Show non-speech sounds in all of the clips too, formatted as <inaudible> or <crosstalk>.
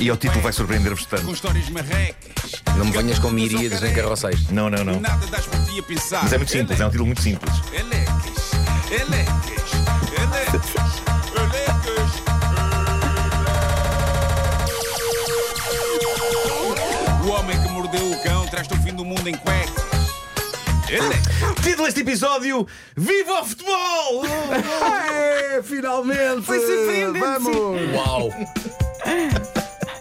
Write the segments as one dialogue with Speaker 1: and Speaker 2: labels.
Speaker 1: E o título vai surpreender-vos tanto.
Speaker 2: Com histórias marrecas.
Speaker 3: Não me venhas com miríades em carroceiros.
Speaker 1: Não, não, não.
Speaker 2: Nada das por ti a pensar.
Speaker 1: Mas é muito simples, é um título muito simples.
Speaker 2: Elecas, elecas, elecas, elecas. O homem que mordeu o cão traz-te o fim do mundo em cuecas. Elecas.
Speaker 1: Título deste episódio: Viva o futebol!
Speaker 4: É, finalmente!
Speaker 5: Foi surpreendente,
Speaker 4: Vamos!
Speaker 3: Uau!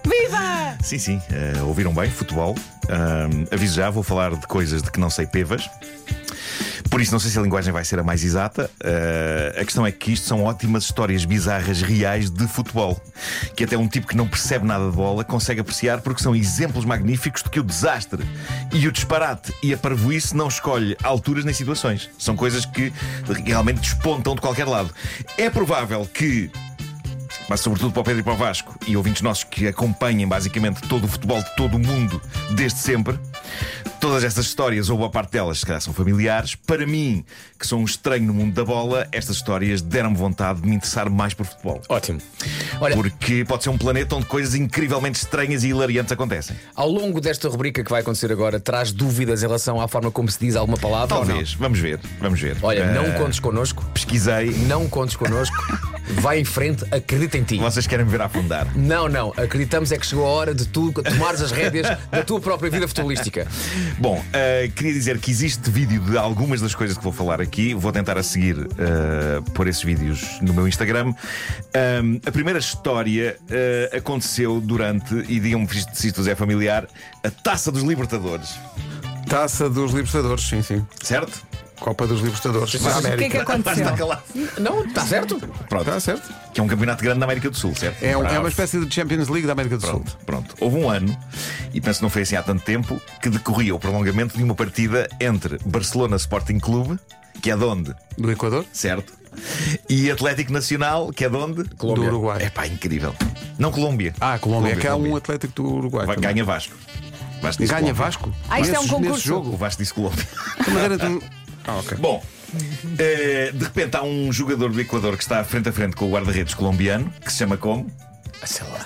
Speaker 5: Viva!
Speaker 1: Sim, sim, eh, ouviram bem, futebol. Ahm, aviso já, vou falar de coisas de que não sei pevas. Por isso, não sei se a linguagem vai ser a mais exata. Ah, a questão é que isto são ótimas histórias bizarras reais de futebol, que até um tipo que não percebe nada de bola consegue apreciar porque são exemplos magníficos de que o desastre e o disparate e a parvoíce não escolhe alturas nem situações. São coisas que realmente despontam de qualquer lado. É provável que mas sobretudo para o Pedro e para o Vasco e ouvintes nossos que acompanhem basicamente todo o futebol de todo o mundo desde sempre. Todas estas histórias, ou boa parte delas, se calhar são familiares. Para mim, que sou um estranho no mundo da bola, estas histórias deram-me vontade de me interessar mais por futebol.
Speaker 3: Ótimo. Olha,
Speaker 1: Porque pode ser um planeta onde coisas incrivelmente estranhas e hilariantes acontecem.
Speaker 3: ao longo desta rubrica que vai acontecer agora, traz dúvidas em relação à forma como se diz alguma palavra ou não?
Speaker 1: Talvez, vamos ver, vamos ver.
Speaker 3: Olha, não
Speaker 1: Ah,
Speaker 3: contes connosco,
Speaker 1: Pesquisei,
Speaker 3: não
Speaker 1: <laughs>
Speaker 3: contes connosco, vai em frente, acredita em ti.
Speaker 1: vocês querem me ver afundar.
Speaker 3: Não, não, acreditamos é que chegou a hora de tu tomares as rédeas da tua própria vida futebolística.
Speaker 1: Bom, eh, queria dizer que existe vídeo de algumas das coisas que vou falar aqui. Vou tentar a seguir eh, pôr esses vídeos no meu Instagram. Ahm, a primeira história eh, aconteceu durante, e digam-me se isto- se isto vos é familiar, a Taça dos Libertadores,
Speaker 4: Taça dos Libertadores, sim, sim.
Speaker 1: certo?
Speaker 4: Copa dos Libertadores. Vai à
Speaker 5: O que é
Speaker 4: América.
Speaker 5: que
Speaker 1: <laughs>
Speaker 5: aconteceu?
Speaker 1: Está calado.
Speaker 3: Não, está certo?
Speaker 1: Pronto.
Speaker 4: Está tá certo?
Speaker 1: Que é um campeonato grande na América do Sul, certo?
Speaker 4: É, um- é
Speaker 1: Bravo.
Speaker 4: uma espécie de Champions League da América do Sul.
Speaker 1: Pronto, pronto. Houve um ano, e penso que não foi assim há tanto tempo, que decorria o prolongamento de uma partida entre Barcelona Sporting Clube, que é de onde?
Speaker 4: Do Equador?
Speaker 1: certo? E Atlético Nacional, que é de onde?
Speaker 3: Colômbia.
Speaker 4: Do Uruguai.
Speaker 1: É pá, incrível. Não Colômbia.
Speaker 4: Ah, Colômbia. É que há um
Speaker 1: Colômbia.
Speaker 4: Atlético do Uruguai.
Speaker 1: Vai-
Speaker 4: também.
Speaker 1: Ganha Vasco. Vasco disse
Speaker 4: Ganha
Speaker 1: Colômbia.
Speaker 4: Vasco?
Speaker 5: Ah, isto é um
Speaker 4: Nesses-
Speaker 5: concurso.
Speaker 1: <laughs>
Speaker 4: Nesse jogo.
Speaker 1: O Vasco disse Colômbia.
Speaker 4: Que maneira de- Ah, ok.
Speaker 1: Bom, eh, de repente há um jogador do Equador que está frente a frente com o guarda-redes colombiano, que se chama como?
Speaker 3: Ah, Sei lá.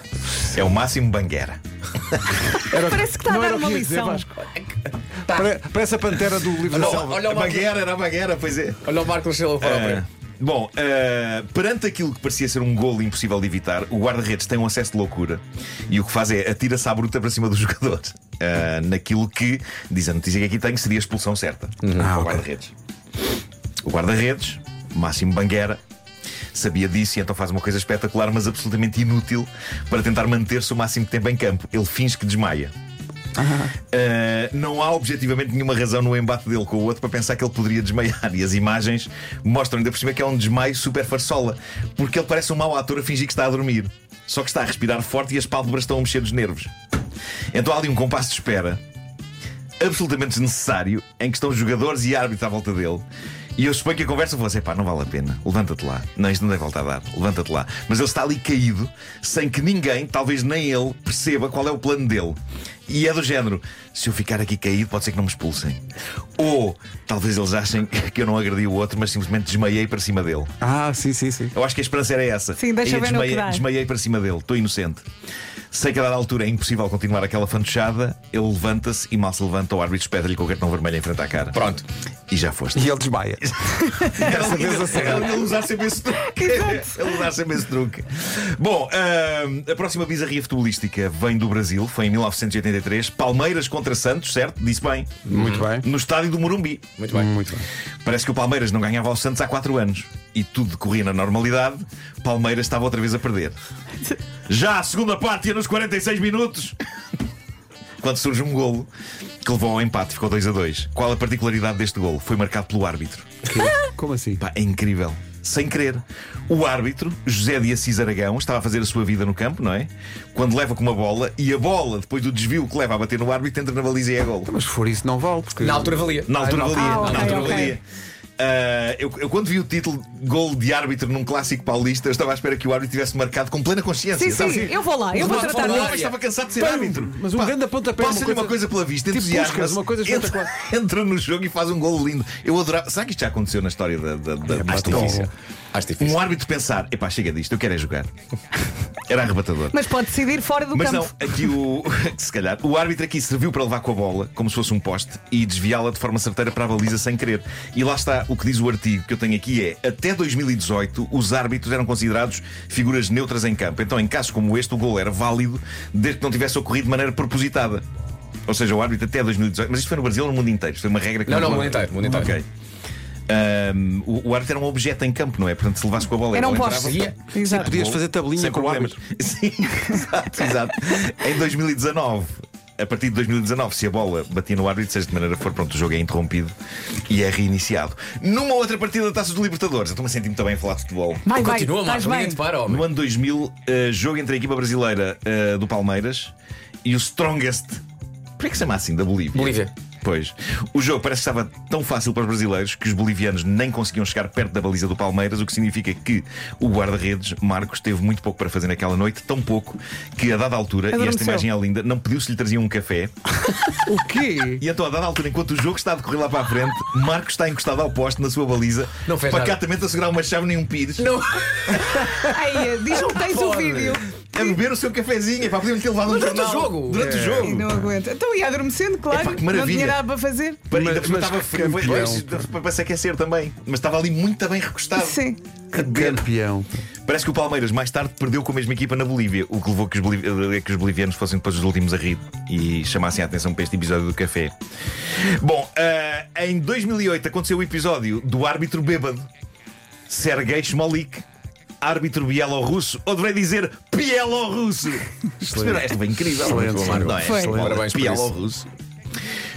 Speaker 1: É o Máximo Banguera.
Speaker 5: Parece que está a
Speaker 4: Não
Speaker 5: dar
Speaker 4: era o
Speaker 5: uma
Speaker 4: que ia dizer,
Speaker 5: lição.
Speaker 4: Vasco. Pare- Parece a pantera do Livro da
Speaker 3: Não,
Speaker 4: Selva.
Speaker 3: olha o Marco,
Speaker 1: Banguera, era a Banguera, pois é.
Speaker 3: olha o Marco Lachelo próprio.
Speaker 1: Ah, Bom, ah, perante aquilo que parecia ser um golo impossível de evitar, o guarda-redes tem um acesso de loucura e o que faz é atira-se à bruta para <laughs> cima do jogador. Ah, naquilo que, diz a notícia que aqui tenho, seria a expulsão certa ao guarda-redes. O guarda-redes, Máximo Banguera, sabia disso e então faz uma coisa espetacular, mas absolutamente inútil para tentar manter-se o máximo de tempo em campo. Ele finge que desmaia. Uh, não há objetivamente nenhuma razão no embate dele com o outro para pensar que ele poderia desmaiar. E as imagens mostram ainda por cima que é um desmaio super farsola, porque ele parece um mau ator a fingir que está a dormir. Só que está a respirar forte e as pálpebras estão a mexer dos nervos. Então há ali um compasso de espera absolutamente desnecessário em que estão jogadores e árbitro à volta dele. E eu suponho que a conversa fosse: pá, não vale a pena, levanta-te lá. Não, isto não deve voltar a dar, levanta-te lá. Mas ele está ali caído, sem que ninguém, talvez nem ele, perceba qual é o plano dele. E é do género: se eu ficar aqui caído, pode ser que não me expulsem. Ou talvez eles achem <laughs> que eu não agredi o outro, mas simplesmente desmaiei para cima dele.
Speaker 4: Ah, sim, sim, sim.
Speaker 1: Eu acho que a esperança era essa.
Speaker 5: Sim, deixa
Speaker 1: Aí eu
Speaker 5: ver no que
Speaker 1: desmaiei,
Speaker 5: dá.
Speaker 1: desmaiei para cima dele, estou inocente. Sei que a dada altura é impossível continuar aquela fantochada, ele levanta-se e mal se levanta, o árbitro espeta-lhe com o cartão vermelho em frente à cara.
Speaker 3: Pronto.
Speaker 1: E já
Speaker 5: <laughs>
Speaker 1: foste.
Speaker 4: E ele desmaia.
Speaker 1: Dessa
Speaker 4: vez acerta.
Speaker 1: Ele usar sempre esse
Speaker 5: <laughs>
Speaker 1: truque. <laughs> Ele usar sempre esse truque. Bom, ahm, a próxima bizarria futebolística vem do Brasil, foi em 1983. Palmeiras contra Santos, certo? Disse bem.
Speaker 4: Muito bem.
Speaker 1: No estádio do Morumbi.
Speaker 3: Muito bem.
Speaker 4: Muito bem.
Speaker 1: Parece que o Palmeiras não ganhava ao Santos há 4 anos e tudo decorria na normalidade. Palmeiras estava outra vez a perder. Já a segunda parte ia nos 46 minutos. Quando surge um golo que levou ao empate, ficou 2 a 2. Qual a particularidade deste golo? Foi marcado pelo árbitro.
Speaker 4: Como assim?
Speaker 1: Pá, é incrível. Sem querer. O árbitro, José de Assis Aragão, estava a fazer a sua vida no campo, não é? Quando leva com uma bola e a bola, depois do desvio que leva a bater no árbitro, entra na baliza e é golo.
Speaker 4: Mas se for isso, não vale. Porque...
Speaker 3: Na altura valia.
Speaker 1: Na altura
Speaker 4: Ah,
Speaker 1: valia.
Speaker 5: ah, ok,
Speaker 1: na altura
Speaker 5: ok.
Speaker 1: valia. Ah, eu, eu quando vi o título Gol de árbitro num clássico paulista, eu estava à espera que o árbitro tivesse marcado com plena consciência.
Speaker 5: Sim,
Speaker 1: sabe?
Speaker 5: sim, eu vou lá, eu vou
Speaker 1: Mas
Speaker 3: Não,
Speaker 5: tratar
Speaker 1: o
Speaker 3: não,
Speaker 5: disso.
Speaker 1: árbitro estava cansado de ser
Speaker 4: Pum!
Speaker 1: árbitro.
Speaker 4: Mas um
Speaker 1: Pá,
Speaker 4: grande pontapé, uma
Speaker 1: Passa-lhe uma
Speaker 4: coisa-
Speaker 1: coisa pela vista,
Speaker 4: Tipo
Speaker 1: entusiasma.
Speaker 4: Puskas, uma coisa
Speaker 1: <laughs> entra, entra no jogo e faz um golo lindo. Eu adorava. Será que isto já aconteceu na história da, da, da- da
Speaker 4: muito
Speaker 1: Acho que não.
Speaker 4: É difícil.
Speaker 3: Acho difícil.
Speaker 1: um árbitro pensar: epá, chega disto, eu quero é
Speaker 4: <laughs>
Speaker 1: jogar. Era arrebatador.
Speaker 5: Mas pode decidir fora do
Speaker 1: Mas não,
Speaker 5: campo.
Speaker 1: aqui o. <laughs> Se calhar. O árbitro aqui serviu para levar com a bola, como se fosse um poste, e desviá-la de forma certeira para a baliza sem querer. E lá está o que diz o artigo que eu tenho aqui: é até 2018 os árbitros eram considerados figuras neutras em campo. Então, em casos como este, o gol era válido desde que não tivesse ocorrido de maneira propositada. Ou seja, o árbitro até 2018. Mas isto foi no Brasil ou no mundo inteiro? Isto foi uma regra que
Speaker 3: Não, não,
Speaker 1: foi-
Speaker 3: mundo inteiro, mundo inteiro.
Speaker 1: Ok. Ahm, o, o árbitro era um objeto em campo, não é? Portanto, se levasse com a bola
Speaker 5: Era um
Speaker 1: ela
Speaker 5: poste.
Speaker 1: entrava-
Speaker 5: Exato.
Speaker 4: Podias
Speaker 1: Bom,
Speaker 4: fazer tabelinha
Speaker 1: sem
Speaker 4: com o
Speaker 1: problemas. <laughs> Sim, exato, exato. Em 2019. A partir de 2019, se a bola batia no árbitro, seja de maneira que for, pronto, o jogo é interrompido e é reiniciado. Numa outra partida da Taça dos Libertadores, eu estou-me a sentir muito bem a falar de futebol.
Speaker 5: Vai, vai,
Speaker 3: Continua,
Speaker 5: estás
Speaker 3: Marco, ninguém
Speaker 5: bem.
Speaker 3: te para,
Speaker 1: No
Speaker 3: homem.
Speaker 1: ano 2000, eh, jogo entre a equipa brasileira eh, do Palmeiras e o Strongest. Porquê que se chama assim? Da Bolívia.
Speaker 3: Bolívia.
Speaker 1: Pois. O jogo parece que estava tão fácil para os brasileiros que os bolivianos nem conseguiam chegar perto da baliza do Palmeiras, o que significa que o guarda-redes, Marcos, teve muito pouco para fazer naquela noite, tão pouco que a dada altura, e esta
Speaker 5: Adormeceu.
Speaker 1: imagem é linda, não pediu se lhe traziam um café.
Speaker 4: O
Speaker 1: <laughs>
Speaker 4: quê?
Speaker 1: E então, a dada altura, enquanto o jogo está a decorrer lá para a frente, Marcos está encostado ao poste na sua baliza,
Speaker 3: Não fez nada.
Speaker 1: pacatamente a segurar uma chave nem um pires.
Speaker 3: Não.
Speaker 5: Ai, diz que tens o
Speaker 3: Pode.
Speaker 5: vídeo.
Speaker 1: a É beber o seu cafezinho. Epá, podíamos ter levado um
Speaker 3: durante
Speaker 1: jornal.
Speaker 3: o jogo.
Speaker 1: Durante o
Speaker 3: É.
Speaker 1: jogo.
Speaker 5: E não aguenta. Então ia adormecendo, claro.
Speaker 1: Epá, que
Speaker 5: não
Speaker 1: maravilha.
Speaker 5: tinha nada para fazer.
Speaker 1: Para, ainda
Speaker 4: Mas-
Speaker 1: porque
Speaker 4: mas
Speaker 1: estava foi, foi,
Speaker 4: campeão.
Speaker 1: foi para se aquecer também. Mas estava ali muito bem recostado.
Speaker 5: Sim.
Speaker 1: A beber.
Speaker 4: Campeão.
Speaker 1: Parece que o Palmeiras mais tarde perdeu com a mesma equipa na Bolívia, o que levou que os, boliv- eh, que os bolivianos fossem depois os últimos a rir e chamassem a atenção para este episódio do café. Bom, ah, em 2008 aconteceu o episódio do árbitro bêbado, Sergei Shmolik, árbitro bielorrusso, ou deveria dizer bielorrusso. Perceberam? Esta foi incrível.
Speaker 4: Excelente,
Speaker 1: Muito bom,
Speaker 4: Mário.
Speaker 1: não é?
Speaker 5: Foi.
Speaker 1: Bola
Speaker 3: Parabéns por isso.
Speaker 1: bielorrusso.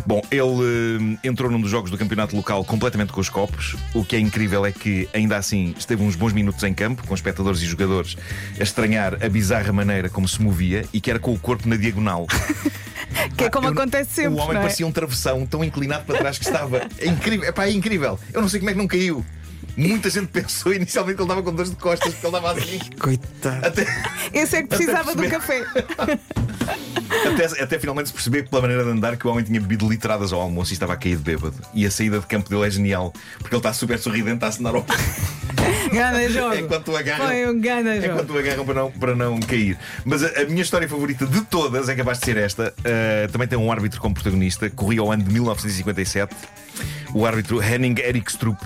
Speaker 1: Bom, ele eh, entrou num dos jogos do campeonato local completamente com os copos. O que é incrível é que, ainda assim, esteve uns bons minutos em campo, com espectadores e jogadores a estranhar a bizarra maneira como se movia e que era com o corpo na diagonal.
Speaker 5: Que é como
Speaker 1: Ah, Eu-
Speaker 5: acontece sempre.
Speaker 1: O homem
Speaker 5: não é?
Speaker 1: parecia um travessão tão inclinado para trás que estava. <laughs> É incrível. Epá, é incrível. Eu não sei como é que não caiu. Muita gente pensou inicialmente que ele estava com dores de costas, porque ele estava
Speaker 5: <laughs>
Speaker 1: assim.
Speaker 4: Coitado.
Speaker 1: Até,
Speaker 5: Esse é que precisava do
Speaker 1: perceber.
Speaker 5: café.
Speaker 1: até, até finalmente se perceber pela maneira de andar que o homem tinha bebido litradas ao almoço e estava a cair de bêbado. E a saída de campo dele é genial, porque ele está super sorridente a assinar ao <laughs>
Speaker 5: Gana jogo.
Speaker 1: enquanto o agarram.
Speaker 5: Foi um gana jogo.
Speaker 1: Enquanto o agarram para não, para não cair. Mas a, a minha história favorita de todas é capaz de ser esta. Uh, também tem um árbitro como protagonista. Corria ao ano de 1957. O árbitro Henning Erikstrup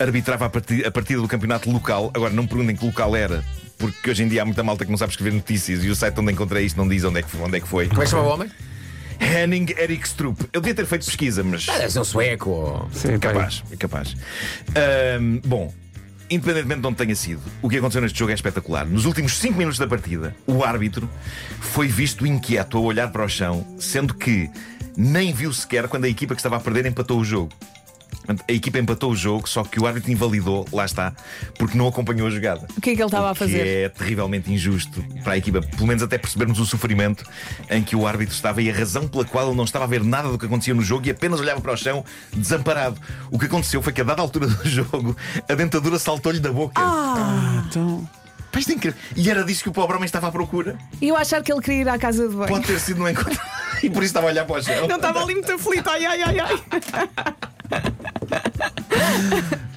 Speaker 1: arbitrava a, parti- a partida do campeonato local. Agora, não me perguntem que local era, porque hoje em dia há muita malta que não sabe escrever notícias e o site onde encontrei isto não diz onde é que foi. Onde é que foi.
Speaker 3: Como é que chama o homem?
Speaker 1: Henning Erikstrup. Eu devia ter feito pesquisa, mas.
Speaker 3: Ah, deve ser um sueco. ou-
Speaker 4: Sim, tá pá.
Speaker 1: Capaz, é capaz. Ahm, bom, independentemente de onde tenha sido, o que aconteceu neste jogo é espetacular. Nos últimos 5 minutos da partida, o árbitro foi visto inquieto a olhar para o chão, sendo que nem viu sequer quando a equipa que estava a perder empatou o jogo. Portanto, A equipa empatou o jogo, só que o árbitro invalidou, lá está, porque não acompanhou a jogada.
Speaker 5: O que é que ele estava a
Speaker 1: O que
Speaker 5: fazer?
Speaker 1: É terrivelmente injusto para a equipa, pelo menos até percebermos o sofrimento em que o árbitro estava e a razão pela qual ele não estava a ver nada do que acontecia no jogo e apenas olhava para o chão desamparado. O que aconteceu foi que, a dada altura do <laughs> jogo, a dentadura saltou-lhe da boca.
Speaker 5: Ah!
Speaker 4: Então,
Speaker 1: Pá, isto é incrível. E era disso que o pobre homem estava à procura.
Speaker 5: E eu achar que ele queria ir à casa de banho.
Speaker 1: Pode ter sido no encontro. <laughs> E por isso estava a olhar para o chão.
Speaker 5: Não estava ali muito aflito. Ai, ai, ai, ai.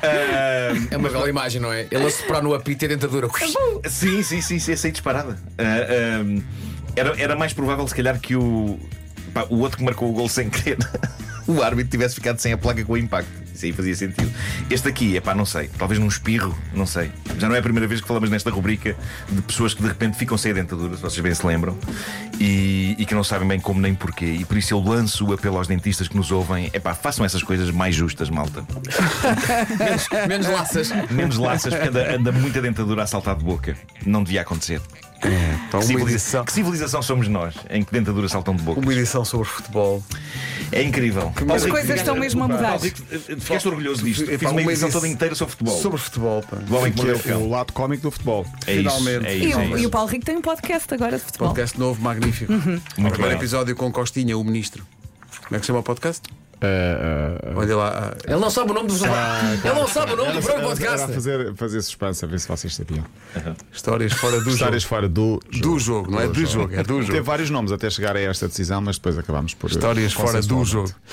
Speaker 1: Ah,
Speaker 3: É uma bela imagem, não é? Ele a soprar no apito e a <laughs> dentadura.
Speaker 1: Sim, sim, sim, sim, essa aí disparada. Ah, ahm, era, era mais provável, se calhar, que o, pá, o outro que marcou o gol sem querer, <laughs> o árbitro tivesse ficado sem a placa com o impacto. Isso aí fazia sentido. Este aqui, é pá, não sei, talvez num espirro, não sei. Já não é a primeira vez que falamos nesta rubrica de pessoas que de repente ficam sem a dentadura, se vocês bem se lembram, e, e que não sabem bem como nem porquê. E por isso eu lanço o apelo aos dentistas que nos ouvem: é pá, façam essas coisas mais justas, malta.
Speaker 3: Menos, menos <laughs> laças.
Speaker 1: Menos laças, porque anda, anda muita dentadura a saltar de boca. Não devia acontecer.
Speaker 4: então
Speaker 1: Que
Speaker 4: uma
Speaker 1: civilização,
Speaker 4: edição,
Speaker 1: que civilização somos nós, em que dentaduras saltam de boca?
Speaker 4: uma edição sobre futebol.
Speaker 1: É incrível.
Speaker 5: As coisas estão mesmo a mudar.
Speaker 1: Paulo Rico, eh, Ficaste orgulhoso disto.
Speaker 4: Epá,
Speaker 1: Fiz uma
Speaker 4: uma
Speaker 1: edição
Speaker 4: edição
Speaker 1: toda inteira sobre futebol.
Speaker 4: Sobre futebol, pá.
Speaker 1: O homem que
Speaker 6: Que
Speaker 1: mordeu o
Speaker 6: é o
Speaker 1: cão.
Speaker 6: lado cómico do futebol.
Speaker 1: É isso,
Speaker 4: Finalmente.
Speaker 1: é
Speaker 5: E,
Speaker 1: isso, é
Speaker 5: o, e
Speaker 1: isso.
Speaker 5: o Paulo Rico tem um podcast agora de futebol.
Speaker 4: Podcast novo, magnífico. O
Speaker 1: Muito
Speaker 4: primeiro
Speaker 1: bem.
Speaker 4: episódio com Costinha, o ministro. Como é que chama o podcast?
Speaker 6: Ah, ah,
Speaker 4: Olha lá. ah,
Speaker 3: Ele não sabe o nome do Ele não sabe o nome do próprio
Speaker 6: Era a
Speaker 3: podcast.
Speaker 6: fazer, fazer suspense a ver se vocês sabiam.
Speaker 4: Histórias fora do
Speaker 6: Histórias
Speaker 4: jogo.
Speaker 6: fora do jogo.
Speaker 4: Do jogo, não é? Do jogo, é do
Speaker 6: Teve
Speaker 4: jogo.
Speaker 6: vários nomes até chegar a esta decisão, mas depois acabámos por.
Speaker 4: Histórias fora do
Speaker 6: consensualmente.
Speaker 4: jogo.